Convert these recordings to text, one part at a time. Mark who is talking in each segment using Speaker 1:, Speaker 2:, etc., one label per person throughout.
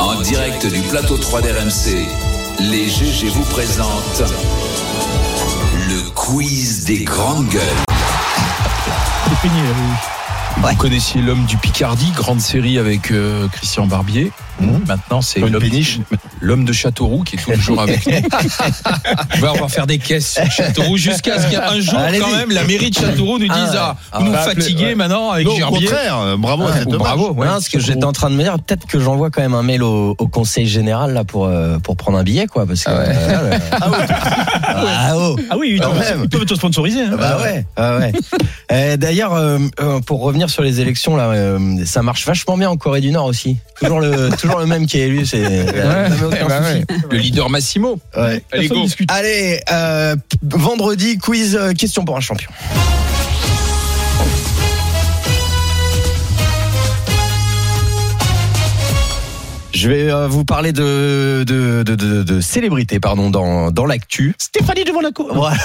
Speaker 1: En direct du plateau 3 d'RMC, les GG vous présentent le quiz des grandes gueules.
Speaker 2: C'est fini. là, oui.
Speaker 3: Ouais.
Speaker 2: Vous connaissiez l'homme du Picardie, grande série avec euh, Christian Barbier. Maintenant, c'est
Speaker 3: Bonne
Speaker 2: l'homme
Speaker 3: Mhm. péniche.
Speaker 2: l'homme de Châteauroux qui est toujours avec nous. On va- on va faire des caisses sur Châteauroux jusqu'à ce qu'il y ait un jour,
Speaker 3: Ah, Allez-y.
Speaker 2: quand même, la mairie de Châteauroux nous dise Ah, vous
Speaker 3: on
Speaker 2: nous
Speaker 3: va appeler,
Speaker 2: fatiguez
Speaker 3: ouais.
Speaker 2: maintenant avec
Speaker 3: Non, au
Speaker 2: Gerbier.
Speaker 3: contraire, euh, bravo à
Speaker 4: Ah, Ouais,
Speaker 3: cet
Speaker 2: ou
Speaker 3: hommage.
Speaker 2: bravo, ouais.
Speaker 4: Non, ce que
Speaker 2: Châteauroux.
Speaker 4: j'étais en train de me dire, peut-être que j'envoie quand même un mail au, au conseil général là pour euh, pour prendre un billet quoi, parce que euh, là, là, ah oh.
Speaker 5: Ah oui, ils
Speaker 4: Quand
Speaker 5: peuvent,
Speaker 4: même.
Speaker 5: ils peuvent te sponsoriser. hein.
Speaker 4: Bah ouais, ah ouais. Euh, D'ailleurs, euh, euh, pour revenir sur les élections là, euh, ça marche vachement bien en Corée du Nord aussi. Toujours le toujours le même qui est élu, c'est. euh, Bah
Speaker 2: Le leader Massimo.
Speaker 4: Ouais.
Speaker 2: Allez, go.
Speaker 4: Allez, euh, vendredi quiz euh, question pour un champion. Je vais euh, vous parler de de, de, de, de célébrités pardon dans dans l'actu.
Speaker 5: Stéphanie devant la cour.
Speaker 4: Voilà.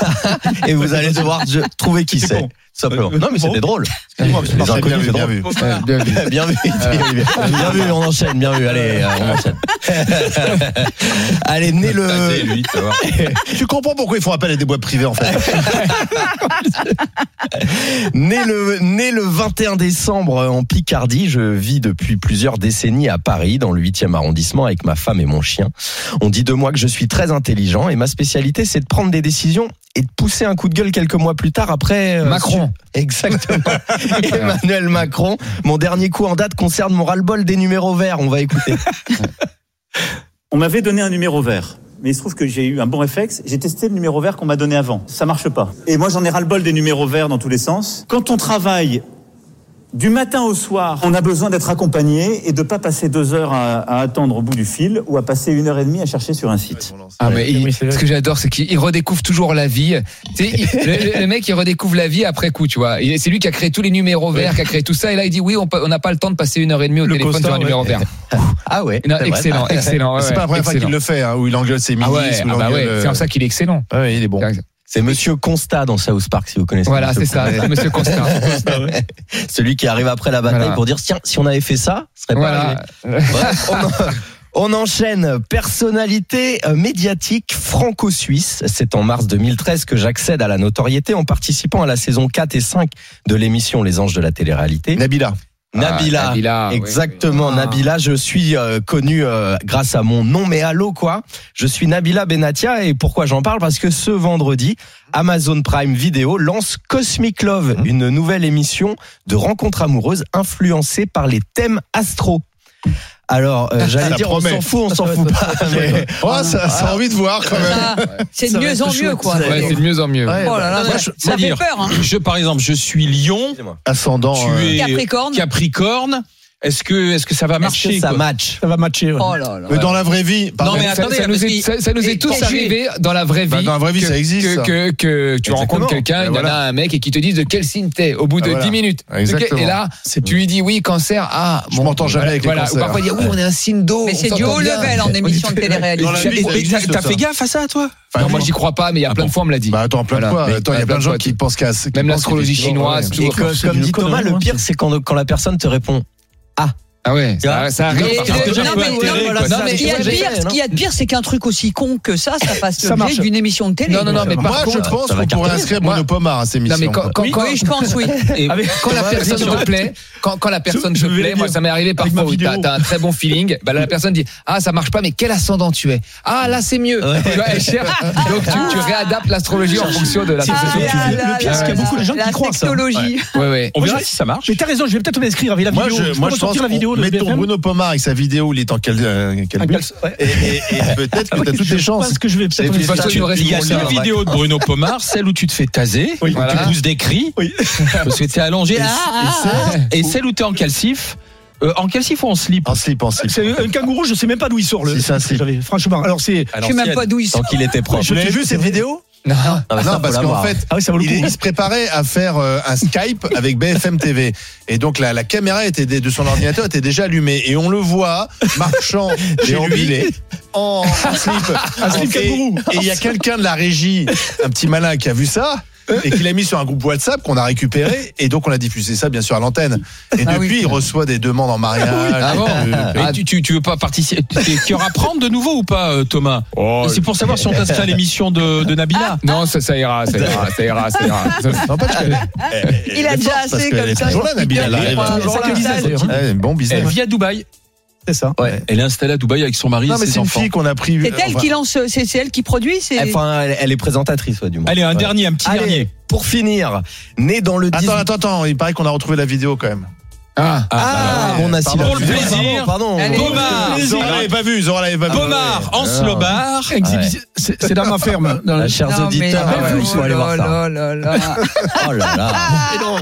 Speaker 4: Et vous allez devoir je- trouver qui
Speaker 5: C'était
Speaker 4: c'est.
Speaker 5: con.
Speaker 4: Simplement.
Speaker 5: Euh,
Speaker 4: Non mais
Speaker 5: bon.
Speaker 4: c'était drôle.
Speaker 3: Excuse-moi,
Speaker 4: Les
Speaker 3: c'est parfait, bien
Speaker 4: inconnus,
Speaker 3: vu,
Speaker 4: c'est
Speaker 3: bien
Speaker 4: drôle.
Speaker 3: vu.
Speaker 4: Bien vu,
Speaker 2: Ah,
Speaker 4: bien vu, bien vu, on enchaîne, bien vu, allez, euh, on enchaîne. allez, né
Speaker 2: Ah, c'est
Speaker 4: le,
Speaker 2: lui, ça va.
Speaker 3: Tu comprends pourquoi ils font appel à des boîtes privées en fait
Speaker 4: né le, né le 21 décembre en Picardie, je vis depuis plusieurs décennies à Paris, dans le 8e arrondissement, avec ma femme et mon chien. On dit de moi que je suis très intelligent et ma spécialité, c'est de prendre des décisions et de pousser un coup de gueule quelques mois plus tard après. euh,
Speaker 6: Macron.
Speaker 4: Exactement.
Speaker 2: Euh,
Speaker 6: Ah.
Speaker 4: Emmanuel Macron. Mon dernier coup en date concerne mon ras-le-bol des numéros verts. On va écouter.
Speaker 7: On m'avait donné un numéro vert. Mais il se trouve que j'ai eu un bon réflexe. J'ai testé le numéro vert qu'on m'a donné avant. Ça marche pas. Et moi, j'en ai ras-le-bol des numéros verts dans tous les sens. Quand on travaille du matin au soir, on a besoin d'être accompagné et de pas passer deux heures à, à attendre au bout du fil ou à passer une heure et demie à chercher sur un site.
Speaker 6: Ah, mais il-
Speaker 5: oui, c'est vrai.
Speaker 6: ce que j'adore, c'est qu'il il redécouvre toujours la vie. Tu sais, il- le, le mec, il redécouvre la vie après coup, tu vois. Il- C'est lui qui a créé tous les numéros verts, qui a créé tout ça. Et là, il dit oui, on peut- on n'a pas le temps de passer une heure et demie au
Speaker 5: Le
Speaker 6: téléphone
Speaker 5: constat,
Speaker 6: sur un
Speaker 5: ouais.
Speaker 6: numéro vert.
Speaker 4: Ah ouais.
Speaker 6: Non,
Speaker 4: c'est vrai.
Speaker 6: excellent, excellent. ouais,
Speaker 3: C'est pas la
Speaker 6: ouais,
Speaker 3: première fois qu'il
Speaker 6: excellent.
Speaker 3: le fait, hein, où il engueule ses
Speaker 6: Ah
Speaker 3: ministres.
Speaker 6: ouais,
Speaker 3: où il
Speaker 6: ah bah
Speaker 3: engueule,
Speaker 6: ouais,
Speaker 3: euh,
Speaker 6: c'est comme ça qu'il est excellent.
Speaker 3: Ah ouais, il est bon.
Speaker 4: C'est Monsieur Constat dans South Park, si vous connaissez.
Speaker 6: Voilà,
Speaker 4: Monsieur
Speaker 6: c'est ça,
Speaker 4: Constat.
Speaker 6: c'est Monsieur Constant.
Speaker 4: Celui qui arrive après la bataille
Speaker 6: Voilà.
Speaker 4: pour dire tiens, si on avait fait ça, ce serait pas arrivé.
Speaker 6: Voilà.
Speaker 4: Bref, on, en- on enchaîne. Personnalité euh, médiatique franco-suisse. C'est en mars 2013 que j'accède à la notoriété en participant à la saison 4 et 5 de l'émission Les Anges de la télé-réalité.
Speaker 3: Nabila.
Speaker 4: Nabila.
Speaker 6: Ah, Nabila, oui,
Speaker 4: Exactement,
Speaker 6: oui.
Speaker 4: Nabila. Je suis euh, connu euh, grâce à mon nom, mais allô quoi. Je suis Nabila Benatia et pourquoi j'en parle Parce que ce vendredi, Amazon Prime Video lance Cosmic Love, une nouvelle émission de rencontres amoureuses influencée par les thèmes astro. Alors, euh, j'allais
Speaker 3: Ça
Speaker 4: dire, on
Speaker 3: promet.
Speaker 4: s'en fout, on s'en fout pas. mais-
Speaker 6: Ah
Speaker 3: Oh, ça, ça a envie de voir quand même.
Speaker 8: Ça, c'est
Speaker 4: Ça
Speaker 8: de
Speaker 4: va
Speaker 8: mieux
Speaker 4: être
Speaker 8: en
Speaker 4: chouette,
Speaker 8: mieux, quoi.
Speaker 4: ça.
Speaker 6: Ouais, c'est de mieux en mieux.
Speaker 3: Ah, Ouais,
Speaker 8: Oh là là,
Speaker 2: Moi,
Speaker 8: là,
Speaker 2: je-
Speaker 8: ça
Speaker 2: moi,
Speaker 8: fait
Speaker 2: dire.
Speaker 8: peur. Hein.
Speaker 2: Je, par exemple, je suis Lion,
Speaker 3: Ascendant.
Speaker 2: tu
Speaker 3: euh,
Speaker 2: es
Speaker 8: Capricorne.
Speaker 2: Capricorne. Est-ce que, est-ce que ça va
Speaker 4: Est-ce
Speaker 2: marcher
Speaker 4: que ça
Speaker 2: quoi
Speaker 4: match
Speaker 5: Ça va matcher. ouais.
Speaker 8: Oh là là.
Speaker 3: Mais dans la vraie vie, pardon.
Speaker 2: Non, mais
Speaker 6: ça,
Speaker 2: attendez,
Speaker 6: ça nous
Speaker 2: parce
Speaker 6: est,
Speaker 2: qu'il-
Speaker 6: ça- ça nous est
Speaker 2: et
Speaker 6: tous
Speaker 2: quand j'ai-
Speaker 6: arrivé dans la vraie vie.
Speaker 3: Bah, dans la vraie vie,
Speaker 6: que,
Speaker 3: ça existe,
Speaker 6: Que,
Speaker 3: ça.
Speaker 6: que, que tu rencontres quelqu'un,
Speaker 3: Bah,
Speaker 6: il y en
Speaker 3: voilà.
Speaker 6: a un mec et qui te dit de quel signe t'es au bout de
Speaker 3: Bah, voilà.
Speaker 6: 10 minutes.
Speaker 3: Exactement.
Speaker 6: Et là,
Speaker 3: C'est-
Speaker 6: tu lui dis oui, cancer. Ah,
Speaker 3: Je m'entends jamais avec les
Speaker 6: voilà. Ou
Speaker 3: cancers.
Speaker 6: parfois il dit oui, on est un signe d'eau.
Speaker 8: Mais
Speaker 6: on
Speaker 8: c'est du
Speaker 6: s'entend
Speaker 8: haut
Speaker 6: bien.
Speaker 8: level en émission de
Speaker 3: Dans la vie,
Speaker 8: télé-réalité.
Speaker 3: ça
Speaker 6: euh,
Speaker 2: Et t'as-
Speaker 3: existe,
Speaker 2: T'as
Speaker 3: ça.
Speaker 2: fait gaffe à ça, toi
Speaker 3: Enfin,
Speaker 6: Non,
Speaker 3: bon.
Speaker 6: moi j'y crois pas, mais il y a plein de fois on me l'a dit.
Speaker 3: Bah attends, plein de
Speaker 6: Voilà.
Speaker 3: fois.
Speaker 6: Mais-
Speaker 3: Attends, il y a plein de gens qui pensent qu'à qui
Speaker 6: Même
Speaker 3: pensent
Speaker 6: l'astrologie
Speaker 3: qu'effectivement,
Speaker 6: chinoise,
Speaker 3: ouais.
Speaker 6: tout.
Speaker 4: Et que-
Speaker 5: c'est
Speaker 4: comme
Speaker 5: une
Speaker 4: dit
Speaker 5: connerie,
Speaker 4: Thomas, le
Speaker 5: moi,
Speaker 4: pire, c'est quand, quand la personne te répond.
Speaker 6: Ah ouais,
Speaker 4: Tu vois
Speaker 6: ça, ça
Speaker 4: Et-
Speaker 6: arrive. parfois.
Speaker 8: et- non, mais- non,
Speaker 6: Voilà,
Speaker 4: mais-
Speaker 6: ça,
Speaker 4: non,
Speaker 8: Ce
Speaker 4: mais-
Speaker 8: qu'il y a de
Speaker 4: Ouais,
Speaker 8: pire,
Speaker 4: ouais,
Speaker 8: ce qu'il y a de pire, c'est qu'un truc aussi con que ça, ça fasse
Speaker 5: Ça
Speaker 8: l'objet
Speaker 5: marche.
Speaker 8: d'une émission de télé.
Speaker 6: Non, non, non, mais par
Speaker 3: Moi, je
Speaker 6: contre.
Speaker 3: pense
Speaker 4: ça va
Speaker 3: qu'on pourrait
Speaker 4: cartonner.
Speaker 3: inscrire
Speaker 6: Moi-
Speaker 3: Bruno Pommard à ces
Speaker 6: Non,
Speaker 3: missions.
Speaker 6: mais quand, quand,
Speaker 8: Oui,
Speaker 6: quand-
Speaker 8: oui, je pense, oui.
Speaker 6: Et
Speaker 4: Ah,
Speaker 5: Avec-
Speaker 6: quand la
Speaker 5: Ouais,
Speaker 6: personne
Speaker 5: vas-y,
Speaker 6: te plaît, quand, quand la personne
Speaker 5: Je-
Speaker 6: te
Speaker 5: je vais
Speaker 6: plaît,
Speaker 5: le
Speaker 6: moi
Speaker 5: dire.
Speaker 6: ça m'est arrivé
Speaker 5: Avec ma
Speaker 6: parfois où t'as
Speaker 5: vidéo.
Speaker 6: t'as un très bon feeling, bah là, la personne dit ah ça marche pas mais quel ascendant tu es ah là c'est mieux tu vois, elle cherche. donc tu, tu réadaptes l'astrologie en fonction de la
Speaker 5: C'est- c'est-
Speaker 6: société.
Speaker 5: là, là, là, là, la
Speaker 8: Technologie.
Speaker 6: ouais ouais
Speaker 2: On
Speaker 5: Moi,
Speaker 2: verra
Speaker 5: je-
Speaker 2: si ça marche.
Speaker 5: Mais t'as raison, je vais peut-être m'inscrire avec la
Speaker 3: Moi,
Speaker 5: vidéo.
Speaker 3: je, moi, je pense
Speaker 5: sortir la vidéo
Speaker 3: qu'on-
Speaker 5: de
Speaker 3: mettons
Speaker 5: BFM.
Speaker 3: Bruno Pommard avec sa vidéo, il est en quel, euh, quel
Speaker 6: Ah,
Speaker 5: Un
Speaker 3: but
Speaker 5: calce- ouais.
Speaker 3: Et, et- et peut-être que t'as toutes
Speaker 5: Je
Speaker 3: les chances.
Speaker 5: pense que je vais
Speaker 3: C'est
Speaker 5: peut-être
Speaker 3: une
Speaker 5: m'inscrire.
Speaker 3: façon-
Speaker 6: tu-
Speaker 2: Il y a
Speaker 6: Bon,
Speaker 2: la
Speaker 6: là,
Speaker 2: vidéo de Bruno Pommard, celle où tu te fais taser, où
Speaker 6: Voilà.
Speaker 2: tu pousses des cris,
Speaker 5: Oui.
Speaker 2: parce que t'es allongé, ah, ah, ah, et celle où t'es en calcif, Euh, en calcifon, en slip.
Speaker 3: En slip, en slip.
Speaker 5: C'est un kangourou, je sais même pas d'où il sort le.
Speaker 3: Si, c'est un slip.
Speaker 5: J'avais- Franchement, alors c'est.
Speaker 8: Je sais même pas d'où il
Speaker 9: Tant
Speaker 8: sort.
Speaker 9: qu'il était propre.
Speaker 5: Je l'ai vu cette vidéo.
Speaker 6: Non.
Speaker 9: Ah, bah, ça,
Speaker 3: Non,
Speaker 9: faut
Speaker 3: parce qu'en
Speaker 9: l'avoir.
Speaker 3: fait,
Speaker 5: Ah oui, ça vaut le
Speaker 3: il,
Speaker 5: coup.
Speaker 3: il se préparait à faire euh, un Skype avec BFM TV. Et donc, la, la caméra était dé- de son ordinateur était déjà allumée. Et on le voit marchant chez lui,
Speaker 5: Déambulé.
Speaker 3: en, en slip.
Speaker 5: Un slip
Speaker 3: Et-
Speaker 5: kangourou.
Speaker 3: Et il y a quelqu'un de la régie, un petit malin, qui a vu ça. Et qui l'a mis sur un groupe WhatsApp qu'on a récupéré et donc on a diffusé ça bien sûr à l'antenne. Et
Speaker 6: Ah
Speaker 3: depuis
Speaker 6: oui.
Speaker 3: il reçoit des demandes en mariage.
Speaker 6: Ah bon
Speaker 3: Euh,
Speaker 6: Ah,
Speaker 2: tu, tu, tu veux pas participer Tu aura prendre de nouveau ou pas, euh, Thomas
Speaker 4: Oh.
Speaker 2: C'est pour savoir si on t'inscrit à l'émission de, de Nabila. Eh,
Speaker 6: Non, ça, ça ira, ça ira, ça ira, ça ira.
Speaker 3: non, pas de- elle- elle-
Speaker 8: Il
Speaker 3: elle
Speaker 8: a
Speaker 3: est
Speaker 8: déjà
Speaker 3: forte parce
Speaker 8: assez
Speaker 3: qu'elle
Speaker 8: comme
Speaker 3: est
Speaker 8: ça.
Speaker 3: toujours là, Nabila, elle
Speaker 8: Il est
Speaker 3: arrive.
Speaker 8: pas-
Speaker 3: Toujours
Speaker 8: ça
Speaker 3: là.
Speaker 8: que je disais, d'ailleurs.
Speaker 3: Ouais, Bon business.
Speaker 2: Elle vit à Dubaï.
Speaker 5: C'est ça.
Speaker 2: Elle est installée à Dubaï avec son mari
Speaker 3: Non,
Speaker 2: et
Speaker 3: mais
Speaker 2: ses
Speaker 3: c'est une
Speaker 2: enfants.
Speaker 3: fille qu'on a pris.
Speaker 8: C'est elle
Speaker 3: enfin,
Speaker 8: qui lance, c'est c'est elle qui produit, c'est.
Speaker 4: Enfin, elle, elle est présentatrice, ouais, du moins.
Speaker 2: Allez, un
Speaker 4: Ouais.
Speaker 2: dernier, un petit
Speaker 4: Allez,
Speaker 2: dernier.
Speaker 4: Pour finir, né dans le 18...
Speaker 3: Attends, attends, attends, il paraît qu'on a retrouvé la vidéo quand même.
Speaker 6: Ah,
Speaker 4: Ah,
Speaker 3: bah,
Speaker 4: on a
Speaker 3: pardon,
Speaker 4: si-
Speaker 2: pour le plaisir.
Speaker 4: Pardon,
Speaker 8: Allez.
Speaker 4: pardon.
Speaker 2: Bomard,
Speaker 3: Zora l'avait pas vu, Zora l'avait pas vu.
Speaker 2: Bomard,
Speaker 4: ouais.
Speaker 2: Anslobar.
Speaker 4: Exhibition-
Speaker 5: C'est c'est dans ma ferme. dans
Speaker 4: Ah,
Speaker 5: la-
Speaker 4: Chers
Speaker 8: Non, mais-
Speaker 4: auditeurs,
Speaker 8: Ah,
Speaker 4: ouais,
Speaker 8: ouais,
Speaker 4: il faut aller voir ça.
Speaker 8: oh là là là.
Speaker 4: Oh là là.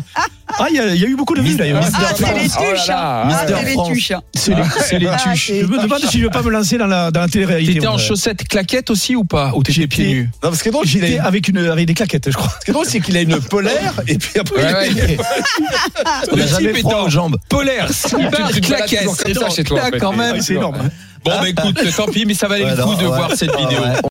Speaker 5: Ah, il y, a- il y a eu beaucoup de vues d'ailleurs.
Speaker 8: Ah, c'est les tuches.
Speaker 6: Oh là là.
Speaker 8: hein. Ah,
Speaker 4: Mister
Speaker 8: c'est les
Speaker 4: France.
Speaker 8: tuches. hein.
Speaker 5: C'est les, c'est les
Speaker 8: Ah,
Speaker 5: tuches.
Speaker 8: c'est-
Speaker 5: Je me demande si je vais pas me lancer dans la, dans la télé-réalité.
Speaker 2: T'étais en
Speaker 5: moi.
Speaker 2: chaussettes claquettes aussi ou pas Ou t'étais pieds nus
Speaker 3: Non, parce que donc, il a
Speaker 5: J'étais
Speaker 3: une-
Speaker 5: avec, une, avec des claquettes, je crois.
Speaker 3: ce qui est drôle, c'est qu'il a une polaire et puis après.
Speaker 6: Ouais, ouais.
Speaker 4: On n'a jamais
Speaker 2: type
Speaker 4: froid
Speaker 2: étant
Speaker 4: aux jambes.
Speaker 2: Polaire, slipper,
Speaker 6: Tu te balades
Speaker 2: claquettes.
Speaker 6: toujours comme ça chez toi, en
Speaker 2: Ah,
Speaker 6: fait.
Speaker 2: quand même.
Speaker 5: C'est énorme.
Speaker 2: Bon, bah écoute, tant pis, mais ça valait
Speaker 4: Ouais,
Speaker 2: le
Speaker 4: non,
Speaker 2: coup de
Speaker 4: ouais.
Speaker 2: voir cette
Speaker 4: Ah,
Speaker 2: vidéo.
Speaker 4: ouais.